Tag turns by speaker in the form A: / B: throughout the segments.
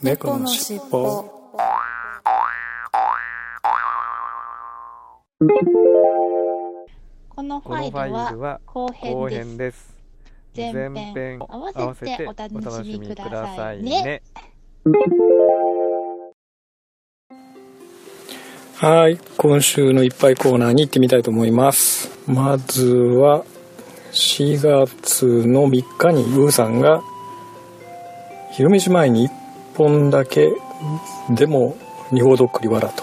A: 猫のしっぽ
B: このフ
C: この
B: ァイ
C: ファ
B: ル
C: イル
B: は
C: は
B: 後
C: 後
B: 編
C: 編
B: です。
C: です。
B: 前編合
C: 合
B: わせて
C: わせて
B: お
C: お
B: 楽しみ
C: 楽しみ
B: く
C: く
B: だ
C: だ
B: さ
C: さ
B: い
C: い
B: ね
C: ね。
A: はい今週のいっぱいコーナーに行ってみたいと思いますまずは4月の3日にウーさんが昼飯前に1本だけでも二報どっくりわらと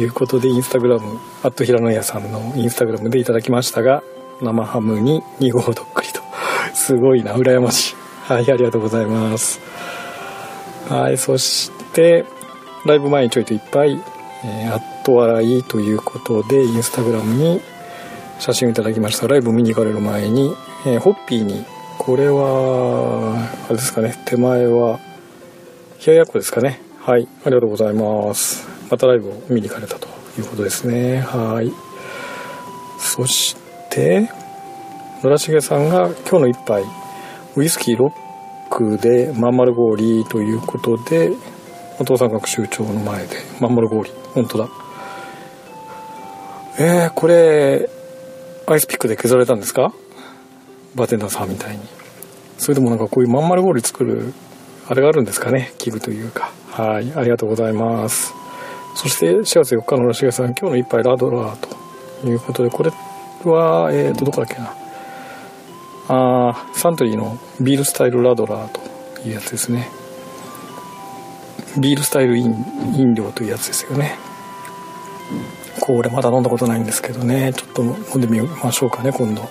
A: いうことでインスタグラムアット平野屋さんのインスタグラムでいただきましたが生ハムに二合どっくりとすごいな羨ましいはいありがとうございますはいそしてライブ前にちょいといっぱい「えー、アット笑い」ということでインスタグラムに写真をいただきましたライブ見に行かれる前に、えーホッピーにこれはあれですかね手前は冷ややっこですかねはいありがとうございますまたライブを見に行かれたということですねはいそして村重さんが今日の一杯ウイスキーロックでまんまる氷ということでお父さん学習帳の前でまんまる氷本当だえー、これアイスピックで削られたんですかバーテンダーさんみたいにそれでもなんかこういうまん丸氷作るあれがあるんですかね器具というかはいありがとうございますそして4月4日の村重さん今日の一杯ラドラーということでこれはえーとどこだっけなあーサントリーのビールスタイルラドラーというやつですねビールスタイル飲飲料というやつですよねこれまだ飲んだことないんですけどねちょっと飲んでみましょうかね今度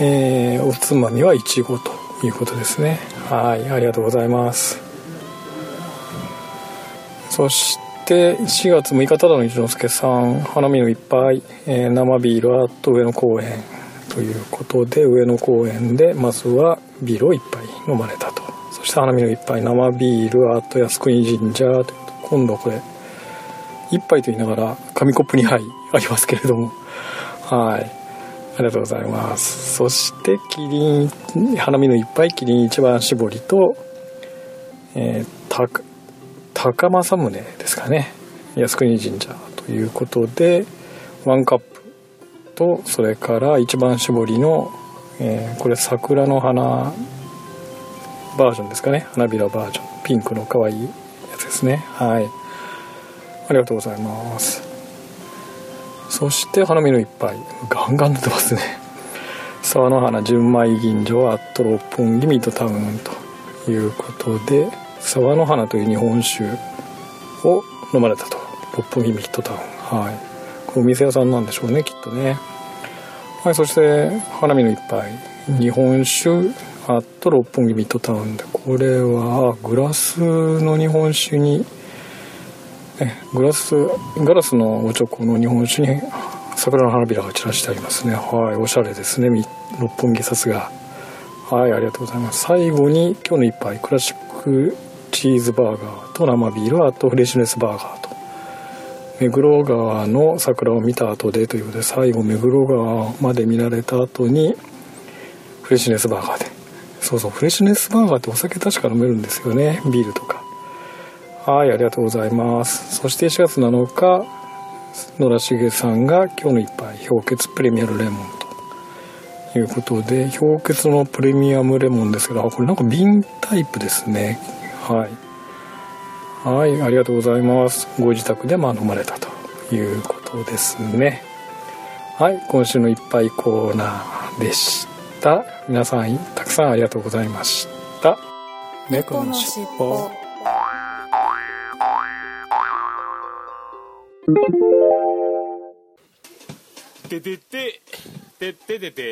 A: えーおつまみはいちごということですねはいありがとうございますそして4月6日ただの一之輔さん花見のいっぱい、えー生ビールアット上野公園ということで上野公園でまずはビールを一杯飲まれたとそして花見のいっぱい生ビールアット靖国神社ということ今度はこれ一杯と言いながら紙コップ2杯ありますけれどもはいありがとうございますそしてキリン花見のいっぱいキリン一番搾りと、えー、たか高政宗ですかね靖国神社ということでワンカップとそれから一番搾りの、えーこれ桜の花バージョンですかね花びらバージョンピンクの可愛いやつですねはいありがとうございます。そして花見の一杯。ガンガン出てますね。沢の花純米吟醸アット六本木ミッドタウンということで、沢の花という日本酒を飲まれたと。六本木ミッドタウン。はい。これお店屋さんなんでしょうね、きっとね。はい、そして花見の一杯。日本酒アット六本木ミッドタウンで、これはグラスの日本酒にねグラスガラスのおちょこの日本酒に桜の花びらが散らしてありますねはいおしゃれですねみ六本木さすがはいありがとうございます最後に今日の一杯クラシックチーズバーガーと生ビールあとフレッシュネスバーガーと目黒川の桜を見た後でということで最後目黒川まで見られた後にフレッシュネスバーガーでそうそうフレッシュネスバーガーってお酒確か飲めるんですよねビールとかはい、ありがとうございます。そして4月7日、野良重さんが今日の一杯、氷結プレミアムレモンということで、氷結のプレミアムレモンですけど、あこれなんか瓶タイプですね。はい。はい、ありがとうございます。ご自宅でまあ飲まれたということですね。はい、今週の一杯コーナーでした。皆さん、たくさんありがとうございました。猫
B: のしっぽ
D: てててててて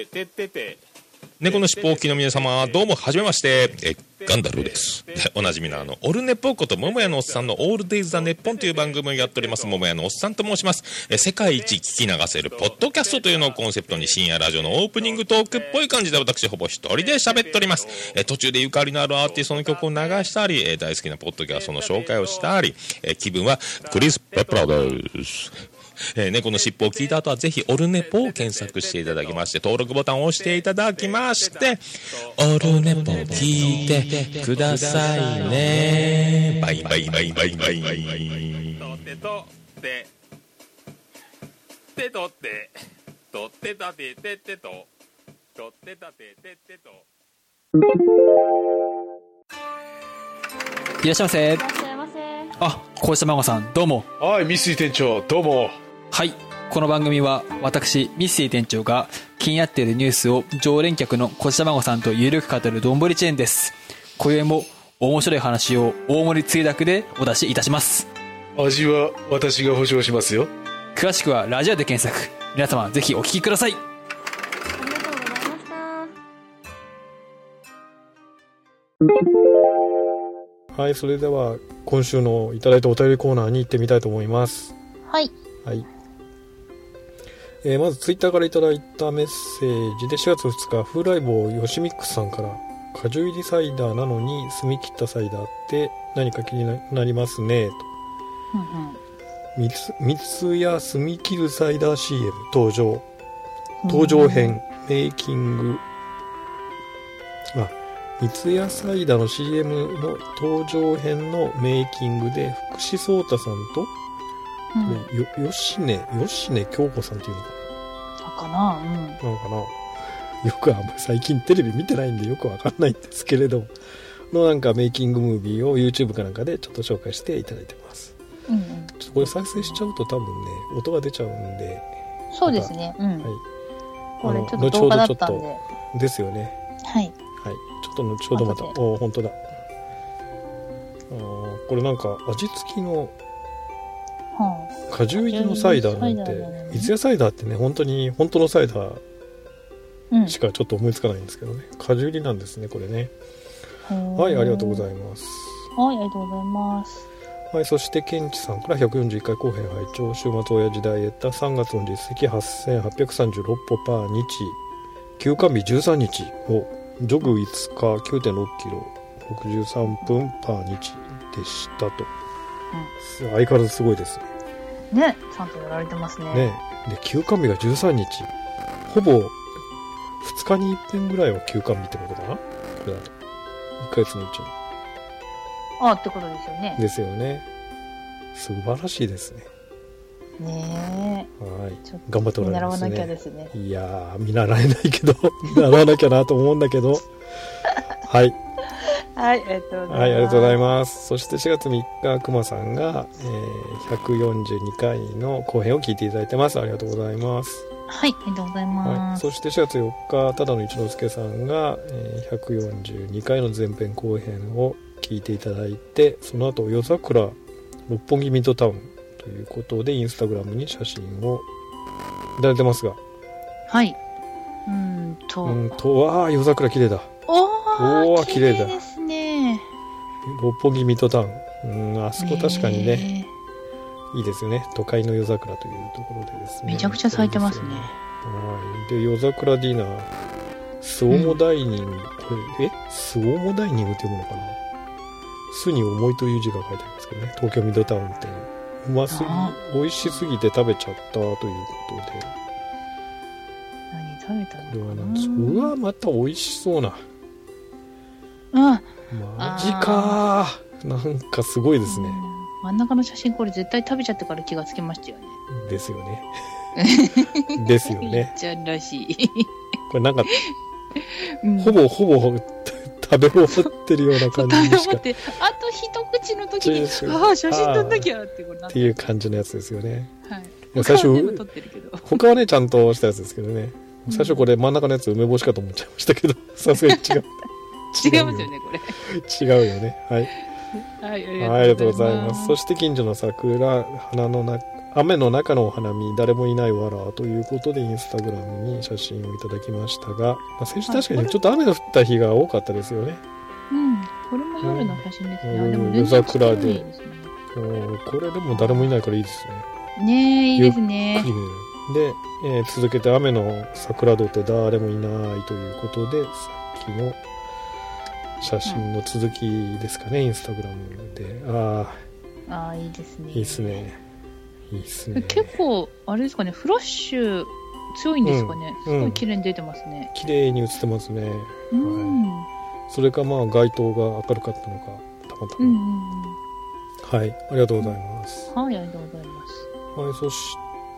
D: てててて
E: 猫のしっぽおっきの皆様どうもはじめましてえガンダルーです でおなじみのあの「オルネポ」こと桃屋のおっさんの「オールデイズ・ザ・ネッポン」という番組をやっております桃屋のおっさんと申しますえ世界一聞き流せるポッドキャストというのをコンセプトに深夜ラジオのオープニングトークっぽい感じで私ほぼ一人で喋っておりますえ途中でゆかりのあるアーティストの曲を流したりえ大好きなポッドキャストの紹介をしたりえ気分はクリス・ペプラーですえー猫の尻尾を聞いた後はぜひオルネポを検索していただきまして、登録ボタンを押していただきまして、オルネポ聞いてくださいね。バイバイバイバイバイバイ。
D: とってとっててとってとってたててってととってたててってと
F: いらっしゃいませ
A: らっしゃいませ。
F: あこうしたまごさんどうも
G: はい、ミスイ店長、どうも。
F: はいこの番組は私ミッシー店長が気になっているニュースを常連客のこうしたまごさんとゆるく語るどんぶりチェーンです今宵も面白い話を大盛りつゆだくでお出しいたします
G: 味は私が保証しますよ。
F: 詳しくはラジオで検索皆様ぜひお聞きください
A: ありがとうございました。
H: はいそれでは今週のいただいたお便りコーナーに行ってみたいと思います
A: はい。
H: はい、えーまずツイッターからいただいたメッセージで4月2日風来坊よしみックスさんから果汁入りサイダーなのに澄み切ったサイダーって何か気になりますねと三つ三つ矢澄み切るサイダー CM 登場登場編メイキングあ三ツ矢サイダーの CM の登場編のメイキングで福士蒼太さんと、よ吉根吉根京子さんっていうの
I: かなうん。
H: なのかなよくあんまり最近テレビ見てないんでよくわかんないんですけれどのなんかメイキングムービーを YouTube かなんかでちょっと紹介していただいてます
I: うんうん。
H: ちょっとこれ再生しちゃうと多分ね音が出ちゃうんで
I: そうですね。うん。
H: はい
I: これ
H: あの
I: ちょっと動画だったんで。
H: 後ほどちょ
I: は
H: っとですよね
I: い。
H: はい、ちょっと後ほどまた、
I: 後
H: お本当だ。あーこれなんか味付きの
I: は
H: 果汁入りのサイダーなん
I: 果汁入りのサイダーな
H: て
I: のね
H: 三ツ矢サイダーってね本当に本当のサイダー
I: あ、うん。
H: しかちょっと思いつかないんですけどね果汁入りなんですねこれねはいありがとうござ
I: ま
H: います
I: す。はい、ありがとうございます。
H: はいそしてケンチさんから141回後編拝聴週末親父ダイエッタ3月の実績8836歩パー日休館日13日をジョグ5日9 6キロ63分パー日でしたと、す相変わらずすごいですね
I: ね、ちゃんとやられてますね。
H: ねで休館日が13日ほぼ2日に1遍ぐらいは休館日ってことかなこれだと1ヶ月のうちの
I: ああ、ってことですよね。
H: ですよね素晴らしいですね
I: ね
H: はい
I: え。ちょっと
H: 頑張ってお
I: 見
H: ら
I: 習
H: れま
I: わ
H: す
I: なきゃ
H: ね
I: ですね。
H: いやー見習えないけど 習わなきゃなと思うんだけどはい
I: はい、ありがとうございます。
H: はいありがとうございますそして4月3日くまさんが、えー142回の後編を聞いていただいてますありがとうございます
I: す。はい、ありがとうござい
H: は
I: ま
H: い、
I: す。
H: そして4月4日ただの一之輔さんが、えー142回の前編後編を聞いていただいてその後夜桜六本木ミッドタウンということでインスタグラムに写真をいただいてますが
I: はい。うーんと。
H: うんとわあ夜桜綺麗だ
I: お
H: お
I: お
H: ー綺麗だ
I: ですね。
H: 六本木ミッドタウンうんあそこ確かにね
I: ね
H: いいですよね都会の夜桜というところでです
I: え。
H: ね
I: めちゃくちゃ咲いてますね
H: い。いですよねはいで夜桜ディナースオモダイニング、これえスオモダイニングって読むのかな巣に思いという字が書いてありますけどね東京ミッドタウン店うますぎ
I: あ
H: 美味しすぎて食べちゃったということで
I: 何食べた
H: これはなんです
I: の
H: う
I: かな
H: わまた美味しそうな
I: うん。
H: マジかーなんかすごいですね
I: うん真ん中の写真これ絶対食べちゃってから気がつきましたよね。
H: ですよねですよ
I: めっ
H: ね
I: ちゃんらしい。
H: これなんか
I: うん
H: ほぼほぼ食べ終わってるような
I: そう
H: 感
I: 食
H: じに
I: べ
H: し
I: 終わ
H: かっ
I: って、あと一口の時に
H: そう、そう
I: ああ、写真撮んなきゃってこれなん
H: ていう感じのやつですよね
I: はい。
H: や最初
I: 他は全部撮ってるけど。
H: 他はねちゃんとしたやつですけどね最初これ真ん中のやつ梅干しかと思っちゃいましたけどさすがに違う
I: 違いますよね、これ。
H: 違うよねはい
I: はい、
H: はいありがとうございますそ
I: して、
H: して近所の桜花の中雨の中のお花見誰もいないわらということでインスタグラムに写真をいただきましたが、まあ先週確かにちょっと雨が降った日が多かったですよね
I: うん。これも夜の写真ですね。
H: うん
I: あでも全然撮ってないですね
H: もうこれでも誰もいないからいいですね
I: ねえ、いいですね。
H: で、えー続けて雨の桜戸って誰もいないということでさっきの写真の続きですかね、インスタグラムでああ
I: ああ、いいですね。
H: いいっすねいいっすね。
I: 結構、あれですかね、フラッシュ強いんですかね。
H: うん
I: すごい綺麗に出てますね。
H: 綺麗に映ってますね。
I: うん。
H: それかまあ街灯が明るかったのか、たまた
I: うんうん
H: ま。はい、ありがとうございます。
I: うん。はい、ありがとうございます。
H: はい、そし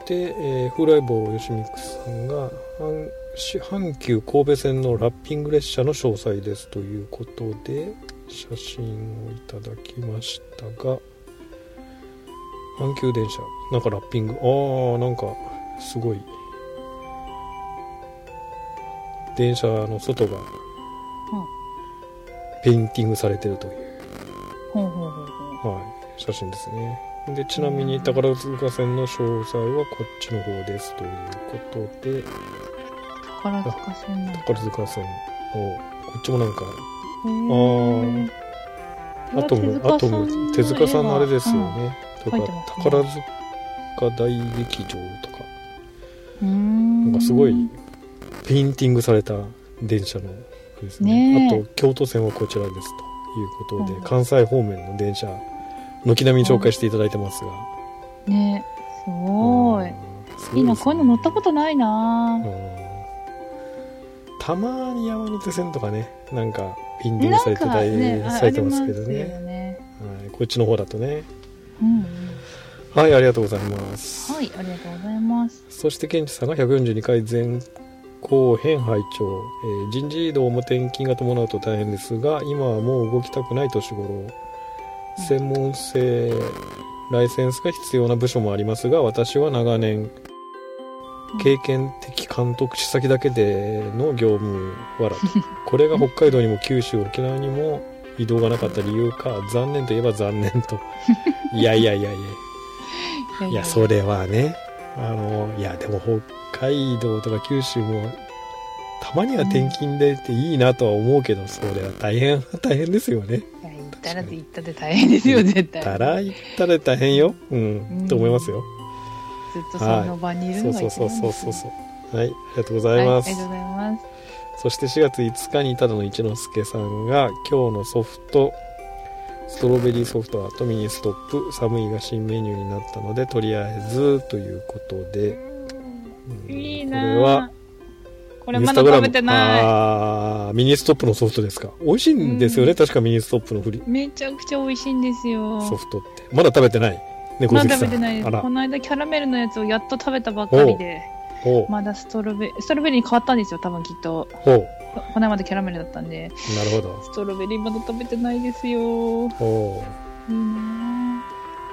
H: て、えー、風来坊よしみくさんが阪し阪急神戸線のラッピング列車の詳細ですということで写真をいただきましたが阪急電車なんかラッピングああなんかすごい電車の外がペインティングされてるという
I: ほうほうほうほう。
H: はい、写真ですねでちなみに宝塚線の詳細はこっちの方ですということで
I: 宝塚線なんだ。
H: 宝塚線をこっちもなんか
I: へ
H: あ
I: ー
H: ーアトムアトム手塚さんのあれですよ。ね、
I: うん
H: とか
I: 書いて
H: 宝塚大劇場とか
I: う
H: なん
I: ん
H: かすごいペインティングされた電車のあれですね
I: ね
H: あ
I: え
H: と京都線はこちらですということで、
I: うん
H: 関西方面の電車軒並み紹介していただいてますが、
I: ね、すごい。
H: す
I: いい
H: ごで
I: な、
H: すね
I: こういうの乗ったことないな
H: う
I: ぁ。
H: んたまに山手線とかねなんかピンディング
I: な
H: さ
I: ん
H: れて
I: か
H: た
I: ね
H: り、
I: あ
H: されてますけど
I: あり
H: ね
I: ますよね。
H: はい、こっちの方だとね
I: うんうん。
H: はいありがとうございます、
I: はい、ありがとうございます。
H: そしてケンチさんが142回前後編拝聴、えー人事異動も転勤が伴うと大変ですが今はもう動きたくない年頃専門性ライセンスが必要な部署もありますが私は長年経験的監督師先だけでの業務わらこれが北海道にも九州沖縄にも移動がなかった理由か残念といえば残念といやいやいやいやいや、それはね、あの、いや、でも北海道とか九州も、たまには転勤でっていいなとは思うけど、それは大変、大変ですよね。
I: いや行ったら行ったで大変ですよ、絶対。
H: たら行ったら大変よ。うん、
I: うん
H: と思いますよ。
I: ずっとその場にいる
H: そ
I: の
H: う
I: が
H: そう
I: 一
H: そう
I: 番
H: そうそう
I: う。
H: そう。はい、ありがとうござ
I: はいい、あ
H: ま
I: り
H: す。
I: がとうございます。
H: そして4月5日にただの一之輔さんが今日のソフトストロベリーソフトはトミにストップ寒いが新メニューになったのでとりあえずということで、うん
I: いい
H: これ
I: な
H: は
I: ぁ。これまだ食べてな
H: あーミニストップのソフトですか美味しいんですよね、
I: うん
H: 確かミニストップのフリ
I: い。めちゃくちゃ美味しいんですよ。
H: ソフトってまだ食べてない猫
I: ま
H: 好
I: だ食
H: きさ
I: べて
H: ん
I: ないで
H: あ
I: す。
H: ら
I: この間キャラメルのやつをやっと食べたばっかりで、
H: ほう
I: まだストロベリー、ストロベリーに変わったんですよ、多分きっと。
H: ほう
I: ここの間までキャラメルだったんで、
H: なるほど
I: ストロベリーまだ食べてないですよ。いい
H: ほ
I: なぁ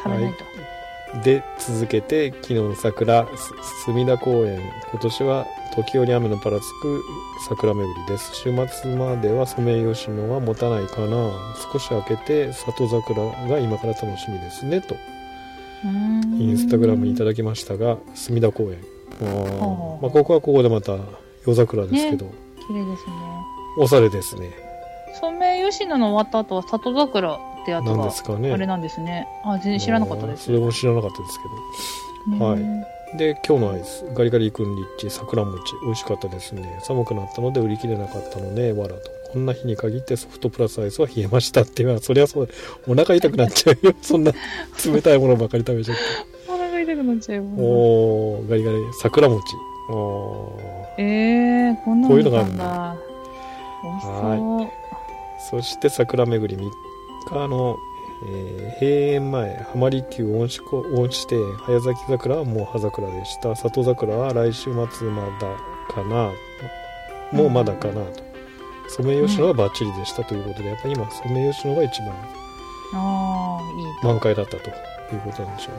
I: 食べないと。
H: うで続けて昨日の桜す隅田公園今年は時折雨のパラつく桜巡りです週末まではソメイヨシノは持たないかな少し明けて里桜が今から楽しみですねとインスタグラムにいた
I: だ
H: だきましたが隅田公園あー
I: ほう
H: まあ、ここはここでまた夜桜ですけど、
I: 綺麗ですね。
H: おしゃれですね
I: ソメイヨシノの終わった後は里桜ってやつ
H: なん
I: が
H: ですか
I: あ
H: ね
I: れなんですね。あ、全然知らなかったで
H: あー
I: す。
H: それも知らなかったですけど
I: ね
H: はいで今日のアイスガリガリ君リッチ桜餅美味しかったですね寒くなったので売り切れなかったのねわらとこんな日に限ってソフトプラスアイスは冷えましたっていう のはそりゃそうだお腹痛くなっちゃうよ そんな冷たいものばかり食べちゃって
I: お腹痛くなっちゃうよ。
H: おおガリガリ桜餅おー
I: えー、こんな
H: こ
I: の
H: ういうの
I: 見
H: があ
I: た
H: るん
I: ん
H: だ
I: だ。美味しそう。
H: そして桜巡り3日の、えー閉園前浜離宮恩賜公恩賜亭早咲き桜はもう葉桜でした里桜は来週末まだかなもうまだかなとソメイヨシノはバッチリでしたということで、やっぱ今ソメイヨシノが一番
I: ああ、いいと。
H: 満開だったということなんでしょ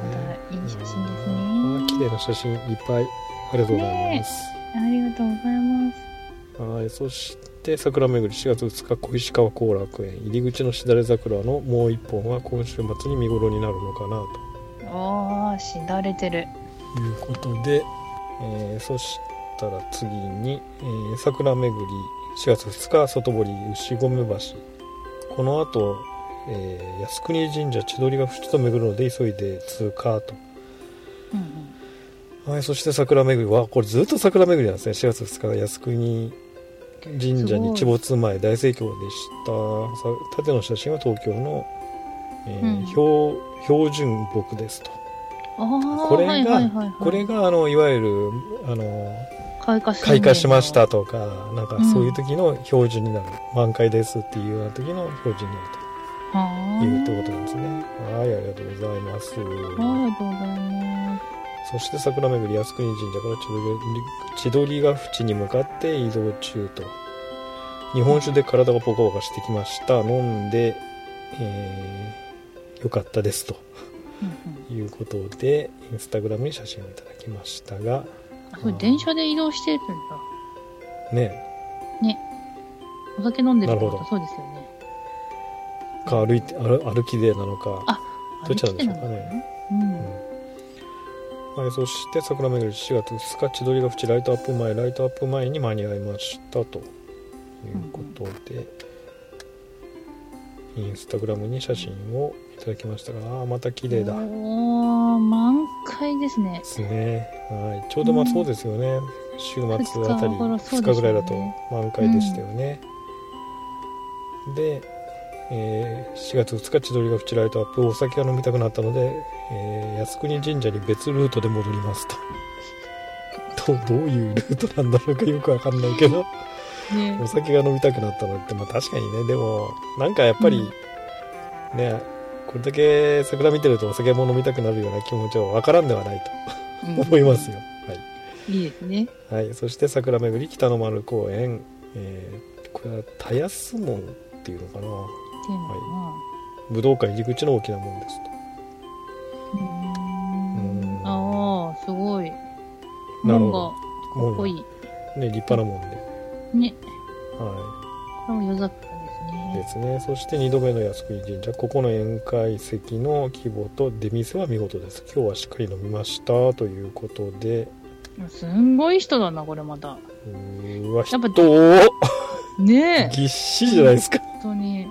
H: うね
I: いい写真です
H: あー
I: ね。
H: 綺麗な写真いっぱいありがとうございます、
I: ありがとうございます。
H: はい、そして桜巡り4月2日小石川後楽園入り口のしだれ桜のもう一本は今週末に見頃になるのかな
I: ああ、しだれてる。
H: ということで、えーそしたら次に、えー桜巡り4月2日外堀牛込橋この後、えー靖国神社千鳥ヶ淵と巡るので急いで通過と
I: うんうん。
H: はい、そして桜巡りはこれずっと桜巡りなんですね4月2日が靖国神社に
I: す
H: 日
I: ご
H: 没前大盛況でしたさ縦の写真は東京の、えー
I: うん
H: 標標準木ですと
I: ああー
H: これが、
I: はいはいはいはい、
H: これがあのいわゆるあの
I: 開花宣
H: 開
I: 言
H: 花しましたとかなんか
I: うん
H: そういう時の標準になる、満開ですっていうような時の標準になる
I: は
H: と
I: ー
H: いうってことなんですねはいありがとうございます
I: はいありがとうございます
H: そして桜巡り靖国神社から千鳥千鳥ヶ淵に向かって移動中と日本酒で体がポカポカしてきました飲んで、えーよかったですと
I: うんうん
H: いうことでインスタグラムに写真をいただきましたが
I: あこれ電車で移動してるんだ
H: ね
I: お酒飲んでるってこ
H: なる
I: とそ
H: ほ
I: うですよね
H: か歩いて歩歩きでなのかどっちなんでしょうかね
I: 歩いてなのかな
H: はい、そして桜巡り4月2日千鳥ヶ淵ライトアップ前ライトアップ前に間に合いましたということで、インスタグラムに写真をいただきましたがあーまた綺麗だ
I: う
H: で
I: んおー満開ですね
H: すね、はい、ちょうどまあそうですよね、週末あた
I: 二
H: り
I: 日頃そうです
H: 2
I: ね
H: 日ぐらいだと満開でしたよね、で、えー4月2日千鳥ヶ淵ライトアップお酒が飲みたくなったので、えー靖国神社に別ルートで戻りますと。 どどういうルートなんだろうかよくわかんないけど
I: ね
H: お酒が飲みたくなったのって、まあ、確かにねでもなんかやっぱり、ねこれだけ桜見てるとお酒も飲みたくなるような気持ちはわからんではないと 思いますよ、はい
I: いいですね
H: はい、そして桜巡り北の丸公園、えーこれは田安門っていうのかな
I: っていうのかな、
H: 武道館入り口の大きな門ですとうん
I: ああすごい
H: な
I: 門
H: る
I: が
H: ほど
I: かっこいい
H: ね、立派な門で、
I: ね
H: は
I: これも夜桜
H: い、
I: で
H: です
I: ね
H: すねそして2度目の靖国神社ここの宴会席の規模と出店は見事です今日はしっかり飲みましたということです
I: んごい人だなこれまた
H: うーわ
I: や
H: 人
I: っぱ
H: を
I: ねえ
H: ぎっしりじゃないですか
I: 本当に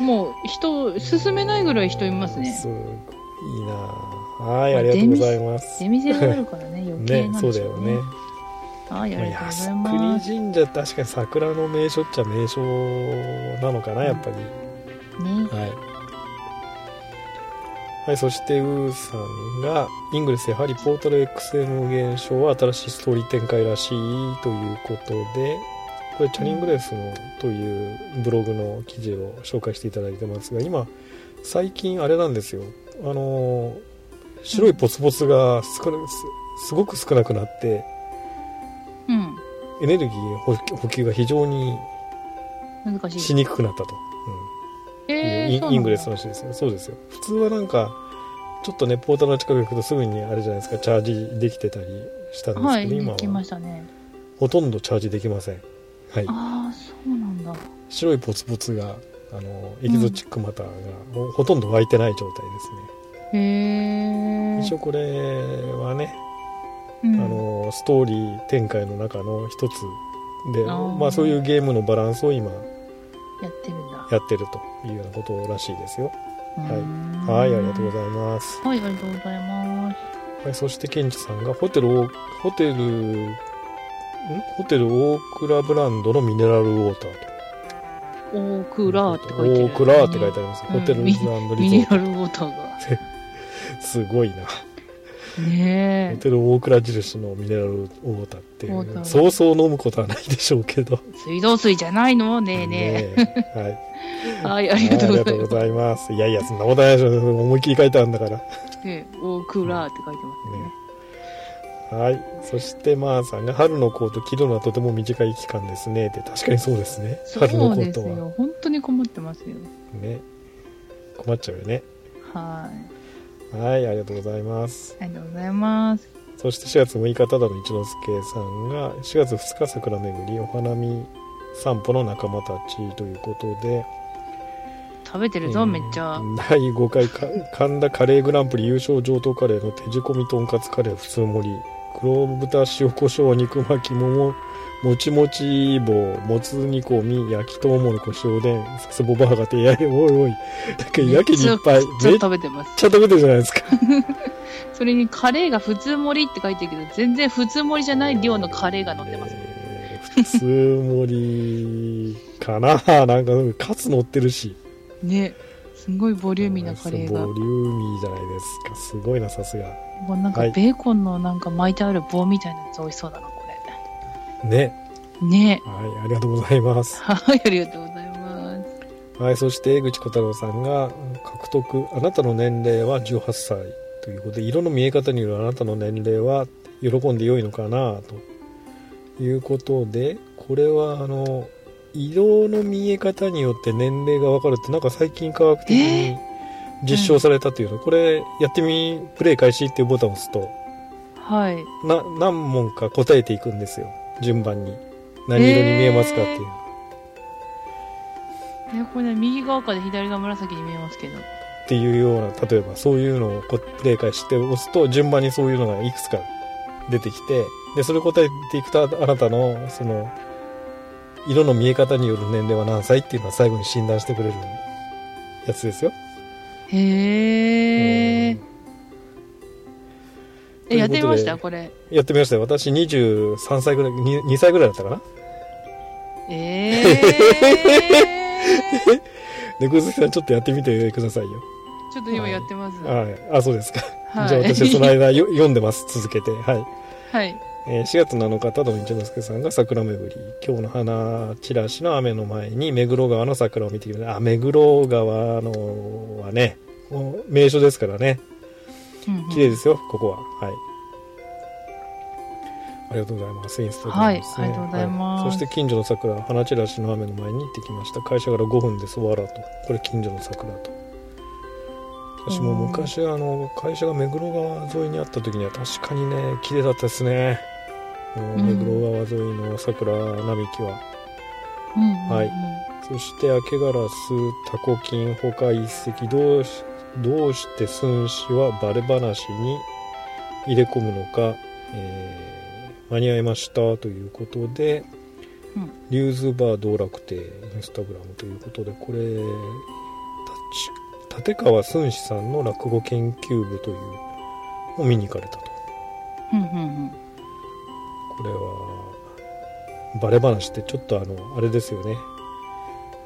I: もう人進めないぐらい人いますね
H: すごいなはいありがとうございます
I: 出店があるからね余計
H: ね
I: なん
H: そう
I: で
H: だ
I: しょ
H: よ
I: うね
H: ね
I: はいありがとうござい
H: 靖国
I: ます
H: 神社確かに桜の名所っちゃ名所なのかなやっぱり、
I: ね
H: はい、はい、そしてウーさんがイングレスやはりポータル XM 現象は新しいストーリー展開らしいということでこれチャリングレスのというブログの記事を紹介していただいてますが今最近あれなんですよあのー白いポツポツが少なすすごく少なくなって
I: うん
H: エネルギー補補給が非常に
I: 難しい
H: しにくくなったと、うん、
I: えー
H: イ
I: そうなんだ
H: ンイングレスの人ですよそうですよ普通はなんかちょっとねポータルの近く行くとすぐにあれじゃないですかチャージできてたりしたんですけど、
I: はい
H: 今
I: 行きま
H: は
I: したね
H: ほとんどチャージできませんはい
I: ああそうなんだ
H: 白いポツポツがあのエキゾチックマターが、もうほとんど湧いてない状態です
I: へえ
H: ね一応これはね、
I: うん
H: あのストーリー展開の中の一つで
I: あー
H: まあそういうゲームのバランスを今
I: やってるんだ
H: やってるというようなことらしいですよはいう
I: ーん
H: はいありがとうございます
I: はいありがとうございます
H: はい、そしてケンチさんがホテルをホテルんホテル大倉ブランドのミネラルウォーターと
I: オークラーって書いてる
H: 大倉って書いてあります、
I: うん
H: ホテルブランド
I: ミ
H: リ
I: ネ
H: ゾー
I: ラルウォーターが
H: トすごいな、
I: ね
H: ホテル大倉印のミネラルウォーターってい
I: ウォータ
H: う
I: ー
H: そうそう飲むことはないでしょうけど
I: え水道水じゃないのねえね
H: えは
I: えは
H: い
I: いあ
H: あ
I: りがとうございます
H: ざいますいやいやそんなことないでしょ思いっきり書いてあるんだから
I: ねえオークラーって書いてますね
H: ねはいそしてまーさんが春のコート着るのはとても短い期間ですねって確かにそうですね春
I: そ
H: の
I: う
H: コ
I: で
H: ー
I: す
H: トは
I: よ本当に困ってますよ
H: ね困っちゃうよね
I: はい
H: はいありがとうございます
I: ありがとうございます
H: そして4月6日ただの一之輔さんが4月2日桜巡りお花見散歩の仲間たちということで
I: 食べてるぞ、
H: うん
I: めっちゃ
H: 第5回か神田カレーグランプリ優勝上等カレーの手仕込みとんかつカレー普通盛り黒豚塩コショウ肉巻き桃もちもち棒もつ煮込み焼きとうもろこしおでんさすぼバーガーってやれおいおいなんかやけにいっぱい
I: めちゃ
H: め
I: く
H: っ
I: ちゃ
H: ちゃ
I: 食べてます
H: 食べてるじゃないですか
I: それにカレーが普通盛りって書いてるけど全然普通盛りじゃない量のカレーが乗ってます、
H: えー普通盛りかななんかカツ乗ってるし
I: ねすすごいボリューミーなカレーが
H: ボリューミーじゃないですかすごいなさすが
I: もうなんか
H: はい
I: ベーコンのなんか巻いてある棒みたいなやつ美味しそうだなこ
H: ね
I: れね
H: はいありがとうございます
I: はいありがとうございます
H: はいそして江口小太郎さんが獲得あなたの年齢は18歳ということで色の見え方によるあなたの年齢は喜んで良いのかなということでこれはあの色の見え方によって年齢が分かるってなんか最近科学的に実証されたというの、これやってみプレイ開始っていうボタンを押すと
I: はい
H: な何問か答えていくんですよ順番に何色に見えますかっていう、
I: ねこれね右側から左が紫に見えますけど
H: っていうような例えばそういうのをこうプレイ開始して押すと順番にそういうのがいくつか出てきてでそれを答えていくとああなたのその色の見え方による年齢は何歳っていうのは最後に診断してくれるやつですよ。
I: へ
H: う
I: え
H: ん
I: えやってみまし
H: と
I: た
H: いうこ
I: これ
H: やってみましたよ私23歳ぐらい 2, 2歳ぐらいだったかな
I: え え
H: でグズキさんちょっとやってみてくださいよ
I: ちょっと今やってます
H: はいあそうですか、
I: はい
H: じゃあ私は その間よ読んでます続けてはい
I: はい
H: えー4月7日、多道一之輔さんが桜巡り。今日の花チラシの雨の前に、目黒川の桜を見てきました。あ、目黒川のはね、もう名所ですからね。
I: うんうん
H: 綺麗ですよ、ここは。はい。ありがとうございます。インスタグラムです
I: は
H: ね
I: いありがとうございます
H: はそして、近所の桜、花散らしの雨の前に行ってきました。会社から5分でそばらと。これ、近所の桜と。私も昔、あの、会社が目黒川沿いにあった時には確かにね、綺麗だったですね。もう
I: うん
H: 目黒川沿いの桜並木は。
I: うんうんうん
H: はいそして明けガラス、タコ金、他一石、どうし、どうして寸志はバレ話に入れ込むのか、えー間に合いましたということで、
I: うん
H: リューズバー道楽亭、インスタグラムということで、これ、たち立川寸志さんの落語研究部というのを見に行かれたと。
I: うんうんうん
H: これはバレ話ってちょっとあのあれですよね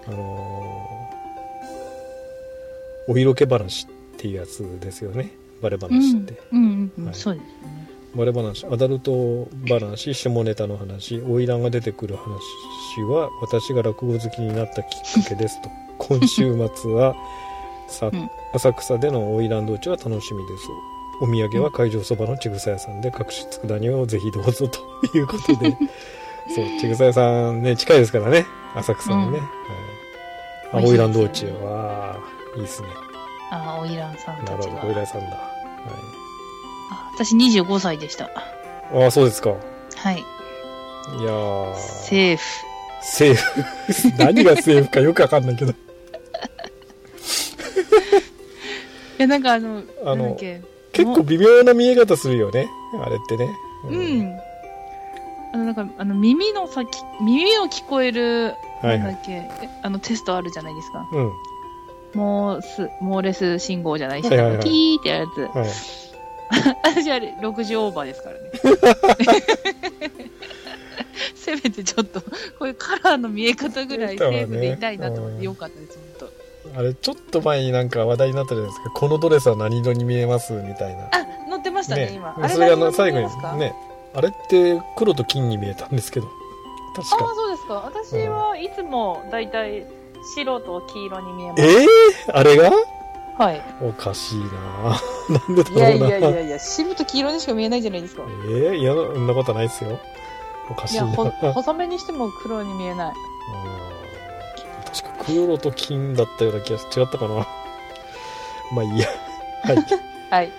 H: あのーお色気話っていうやつですよねバレ話って、
I: うんうんう
H: は
I: ん
H: い
I: そうです
H: バレ話アダルト話下ネタの話花魁が出てくる話は私が落語好きになったきっか けですと今週末はさ
I: うん
H: 浅草での花魁道中は楽しみですお土産は会場そばのちぐさ屋さんで各種佃煮をぜひどうぞということ でそうちぐさ屋さんね近いですからね浅草に
I: う
H: ね、
I: ん
H: はい、あ花魁
I: 美
H: 道
I: 味しいです
H: 中
I: よね
H: はいいですね
I: ああおいらんさん
H: な
I: た
H: る
I: ち
H: ほど
I: が
H: 花魁さんだ、は
I: あ私25歳でした
H: い、ああそうですかい
I: はい
H: やー
I: セーフ
H: セーフ 何がセーフかよくわかんないけど
I: いやなんかあの
H: あの
I: なんだっけ
H: 結構微妙な見え方するよねあれってね
I: う、んあのなんかあの耳の先耳を聞こえる
H: は
I: ないん
H: は
I: だ
H: い
I: っけ、えあのテストあるじゃないですか
H: うん
I: モースモーレス信号じゃないです
H: は
I: か、
H: いはいはい
I: キーってやるやつ
H: はい、
I: 私あれ60オーバーですからね せめてちょっとこういうカラーの見え方ぐらいセーフでいたいなと思ってよかったです本
H: あれちょっと前になんか話題になったじゃないですかこのドレスは何色に見えますみたいな
I: 当あ乗ってましたね今あれ
H: それがあの
I: 何色
H: 最
I: に見
H: 後
I: えますか
H: にねあれって黒と金に見えたんですけど確
I: ああー
H: か
I: そうですか私はいつもだいたい白と黄色に見えます
H: ええー、あれが
I: はい
H: おかしいな なんでだ
I: いや
H: ろう
I: い
H: な
I: やいやいや白と黄色にしか見えないじゃないですか
H: ええー、いやそんなことはないですよおかし
I: い
H: いな
I: やほ細めにしても黒に見えない
H: うん確か黒と金だったような気がし違ったかな まあいいやはい
I: はい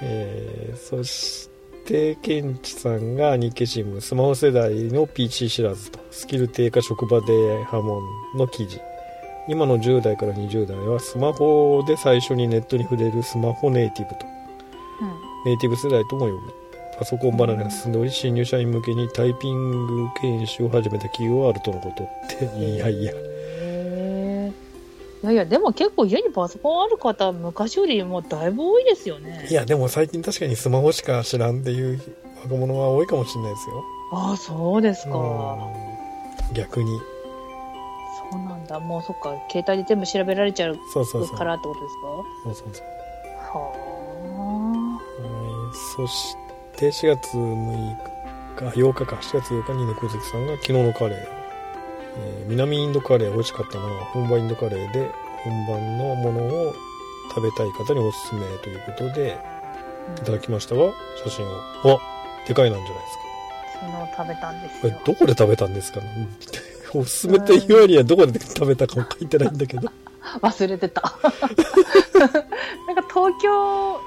H: えーそしてケンチさんが日経新聞スマホ世代の PC 知らずとスキル低下職場で波紋の記事今の10代から20代はスマホで最初にネットに触れるスマホネイティブと
I: うん
H: ネイティブ世代とも呼ぶパソコン離れが進んでおり新入社員向けにタイピング研修を始めた企業はあるとのことっていやいや
I: へーいやいやでも結構家にパソコンある方は昔よりもうだいぶ多いですよね
H: いやでも最近確かにスマホしか知らんっていう若者は多いかもしれないですよ
I: ああそうですか
H: うん逆に
I: そうなんだだもうそっか携帯で全部調べられちゃう
H: そうそうそう
I: からってことですか
H: そうそうそう
I: は
H: はいそして4月6日8日か4月8日に猫好きさんが昨日のカレー、えー南インドカレー美味しかったな本場インドカレーで本番のものを食べたい方におすすめということで
I: あ
H: いただきましたが写真をあでかいなんじゃないですか
I: 昨日食べたんです
H: これ
I: よ
H: どこで食べたんですかねおすすめというよりはどこで食べたかも書いてないんだけど
I: 忘れてた なんか東京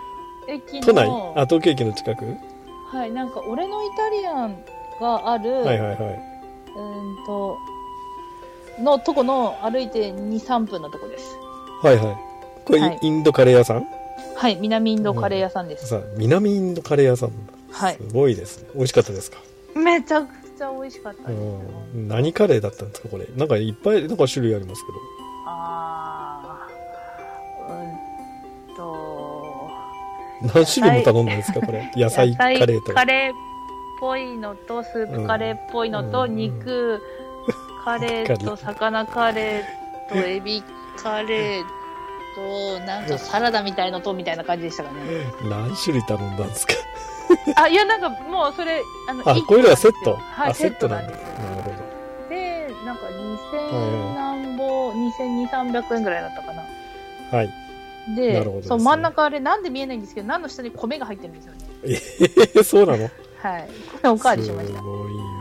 I: 駅の
H: 都内あ東京駅の近く
I: はいなんか俺のイタリアンがある、
H: はいはいは
I: うーんとのとこの歩いて23分のとこです
H: いはいはいこれ、
I: はい
H: インドカレー屋さん
I: はい南インドカレー屋さんです、
H: さあ南インドカレー屋さん
I: はい
H: すごいですね美味しかったですか
I: めちゃくちゃ美味しかった
H: う
I: ですよ、
H: ん何カレーだったんですかこれなんかいっぱいなんか種類ありますけど
I: あーうんと
H: 何種類も頼んだんですかこれ野菜カレーと
I: カレーっぽいのとスープカレーっぽいのと、
H: うん
I: 肉カレーと魚カレーとエビカレーとなんかサラダみたいのとみたいな感じでしたかね
H: 何種類頼んだんですか
I: あいやなんかもうそれあの
H: あ
I: 一個
H: こういうのはセット
I: はい
H: あ
I: セットなんです
H: セットなんだなるほど
I: でなんか
H: う
I: 2000
H: ん
I: 何ぼ2200300円ぐらいだったかな
H: はい
I: で
H: なるほどですね
I: そう真ん中あれなんで見えないんですけど何の下に米が入ってるんですよね
H: えそうなの
I: はいこれおかわりしました
H: すごいな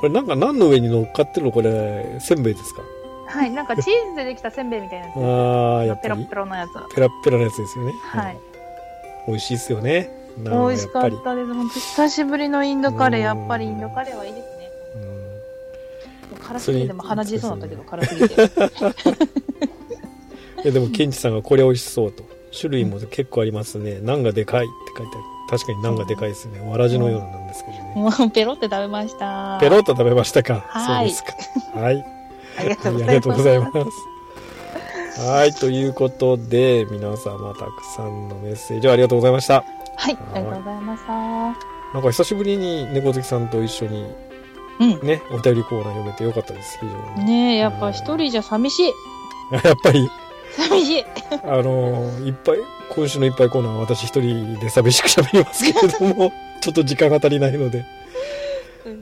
H: これなんか何の上に乗っかってるのこれせんべいですか
I: はいなんかチーズでできたせんべいみたいなやつ
H: あーやっ
I: ペ
H: ぱ
I: ロ
H: り
I: ペロのやつ
H: ペラッペラのやつですよね
I: はい
H: 美味しいですよねなん
I: 美味しか
H: や
I: っ
H: ぱり
I: たです。本当久しぶりのインドカレー。やっぱり
H: う
I: イ
H: ん
I: ンドカレーはいいですね。
H: うん
I: 辛すぎてでも鼻血出そうだったけど、辛すぎて。
H: いやでもケンチさんがこれ美味しそうと種類も結構ありますねナンがでかいって書いてある確かにナンがでかいですねわらじのようなんですけどね
I: もうペロって食べました。
H: ペロッと食べましたか
I: はい
H: そうですかはい
I: ありが
H: あ
I: とうご
H: り
I: ざい
H: が
I: ま
H: と
I: す
H: うご。ざいます。はい、ということで、皆様たくさんのメッセージをありがとうございました。
I: はい、ありがとうございました。
H: なんか久しぶりに猫好きさんと一緒に
I: う
H: ね、お便りコーナー読めてよかったです、非常
I: ん。
H: に。
I: ねえ、やっぱ一人じゃ寂しい。
H: やっぱり、
I: 寂しい。
H: あのーいっぱい、今週のいっぱいコーナーは私一人で寂しく喋りますけれど も、ちょっと時間が足りないので、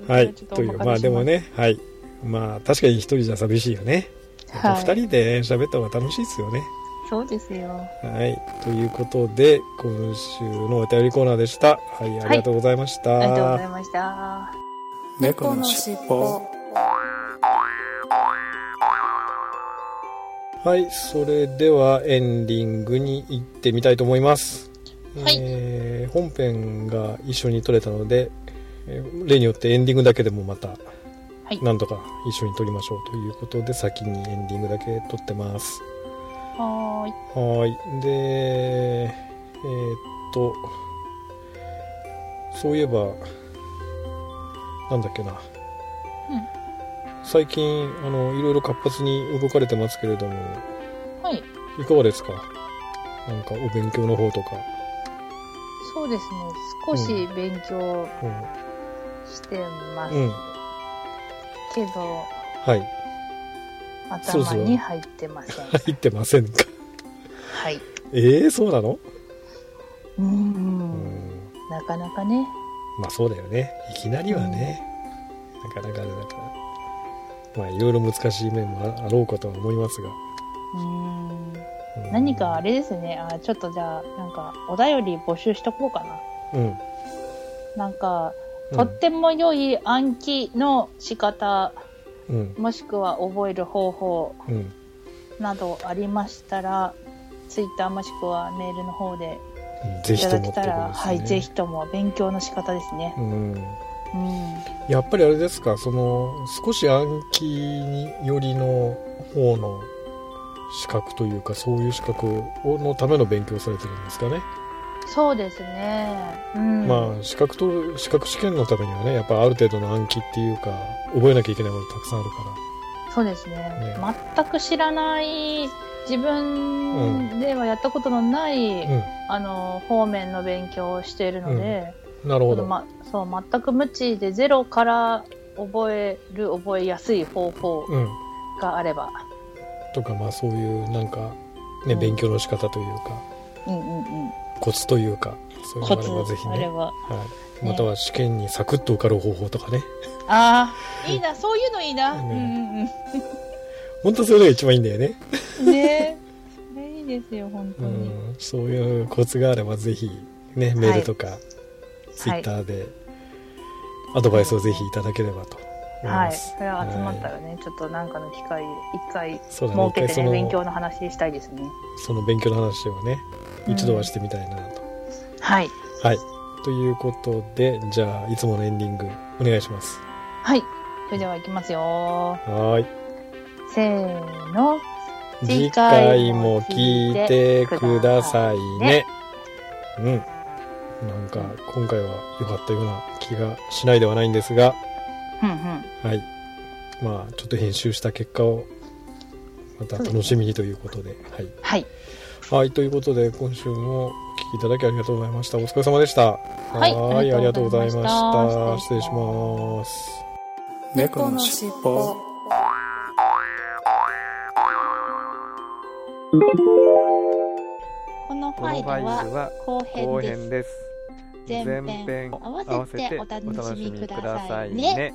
H: は い、
I: ちょっ
H: と
I: お
H: い
I: 任
H: う、
I: せ
H: まあでも
I: し
H: ね、はい。まあ確かに一人じゃ寂しいよね。
I: ます。
H: やっぱ
I: はい。
H: 二人で喋った方が楽しいですよね。
I: そうですよ。
H: はい。ということで、今週のお便りコーナーでした。はい、ありがとうございました。
I: ありがとうございました。
H: 猫
A: のしっぽ
H: はい、それではエンディングに行ってみたいと思います。
I: はい
H: えー本編が一緒に撮れたので、えー例によってエンディングだけでもまた、
I: い
H: なんとか一緒に撮りましょうということで、先にエンディングだけ撮ってます。
I: はーい。
H: はい。で、えーっと、そういえば、なんだっけな。最近、あの、いろいろ活発に動かれてますけれども、
I: はい。
H: いかがですかなんかお勉強の方とか。
I: そうですね。少し勉強
H: う
I: してます
H: ん。うん。
I: けど、
H: はい。そう
I: 頭
H: そう
I: に入ってま せん。
H: 入ってませんか。
I: はい。
H: ええそうなの
I: う。
H: うんん。
I: なかなかね。
H: まあそうだよね。いきなりはね。なかなかあれだから。まあいろいろ難しい面もああろうかとは思いますが。
I: うーん。
H: うん
I: 何かあれですね。あ、ちょっとじゃあ、なんか、お便り募集しとこうか
H: うん。
I: な。なんか、
H: うん
I: とっても良い暗記の仕方、
H: うん。
I: もしくは覚える方法
H: うん。
I: などありましたら、ツイッターもしくはメールの方で
H: ぜ
I: い
H: ひ
I: ただ
H: とも
I: け
H: っ
I: た
H: てことです
I: ら、
H: ね
I: はい、ぜひとも勉強の仕方ですね。
H: うん。
I: うん。
H: やっぱりあれですか、その、少し暗記によりの方の資格というか、そういう資格をのための勉強をされてるんですかね。
I: そうですね。うん。
H: まあ、資格と、資格試験のためにはね、やっぱある程度の暗記っていうか、覚えなきゃいけないことたくさんあるか
I: そうですね
H: ね
I: 全く知らない自分ではやったことのない、
H: ら。
I: あの方面の勉強をしているので、
H: うん。なる
I: ちょ
H: ほ
I: っと
H: ど。
I: ま、そう全く無知でゼロから覚える覚えやすい方法
H: うん。
I: があれば、
H: とか、まあ、そういうなんか、ね、
I: うん
H: 勉強の仕方というか
I: うんうんうん。
H: コツというかそういう
I: コ
H: のがあ
I: ツ
H: ればぜひ
I: あれ
H: ね、
I: は。
H: はい、または試験にサクッと受かる方法とかね
I: ああ、いいな、そういうのいいな。うん
H: ね
I: うん
H: 本当それが一番いいんだよね、
I: うん。ねえ。それいいですよ、本当
H: う
I: に。
H: ん、そういうコツがあればぜひ、ね、メールとか、ツイッターでアドバイスをぜひいただければと思い
I: は
H: ま
I: い。
H: す、
I: それは集まった
H: はい
I: らね、ちょっとなんかの機会、一回設
H: そうだね
I: け
H: 一回
I: て
H: そ
I: ね、
H: の
I: 勉強の話したいですね。
H: その勉強の話をね
I: うん
H: 一度はしてみたいなと、
I: はい。
H: はいということでじゃあいつものエンディングお願いします
I: はい。それでは行きますよ。
H: はーい
I: せーの。
H: 次回も聞いてくださいねうんなんか今回は良かったような気がしないではないんですが
I: うんうん。
H: はいまあちょっと編集した結果をまた楽しみにということではい、
I: はい。
H: はい、ということで今週もお聞きいただきありがとうございましたお疲れ様でした
I: はい
H: はーいあ
I: あ
H: り
I: り
H: が
I: が
H: と
I: と
H: う
I: う
H: ご
I: ござ
H: ざい
I: い
H: ま
I: ま
H: し
I: したた
H: 失礼します
A: 猫のしっぽ。
I: このフ
C: この
I: ァ
C: フ
I: イル
C: ァイル
I: は
C: は
I: 後
C: 後
I: 編です
C: 編。です。
I: 前編
C: 合
I: 合
C: わ
I: わ
C: せ
I: せ
C: て
I: て
C: お
I: お
C: 楽
I: 楽
C: し
I: し
C: み
I: み
C: く
I: く
C: だ
I: だ
C: さ
I: さ
C: い
I: い
C: ね
I: ね。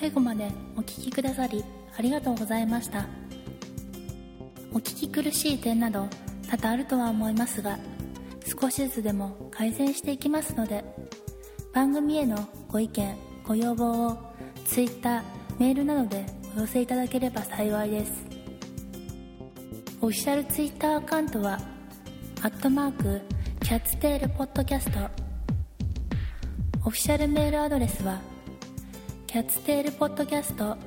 B: 最後までお聞きくださりありがとうございましたお聞き苦しい点など多々あるとは思いますが少しずつでも改善していきますので番組へのご意見ご要望を Twitter メールなどでお寄せいただければ幸いですオフィシャル Twitter アカウントは「アットマークキャッツテールポッドキャスト」オフィシャルメールアドレスは「キャッツテールポッドキャストア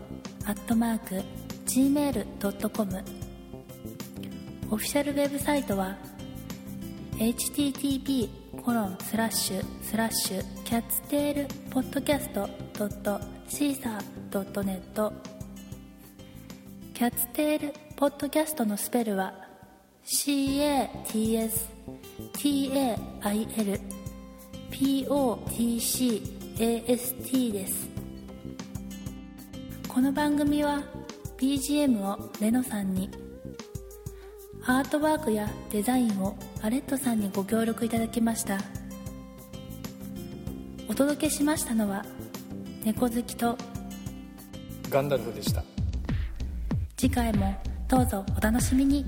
B: ットマーク Gmail.com オフィシャルウェブサイトは http コロンスラッシュスラッシュキャッツテールポッドキャストドットシーサードットネットキャッツテールポッドキャストのスペルは CATSTAIL POTCAST ですこの番組は BGM をレノさんにアートワークやデザインをアレットさんにご協力いただきましたお届けしましたのは猫好きと
H: ガンダルフでした
B: 次回もどうぞお楽しみに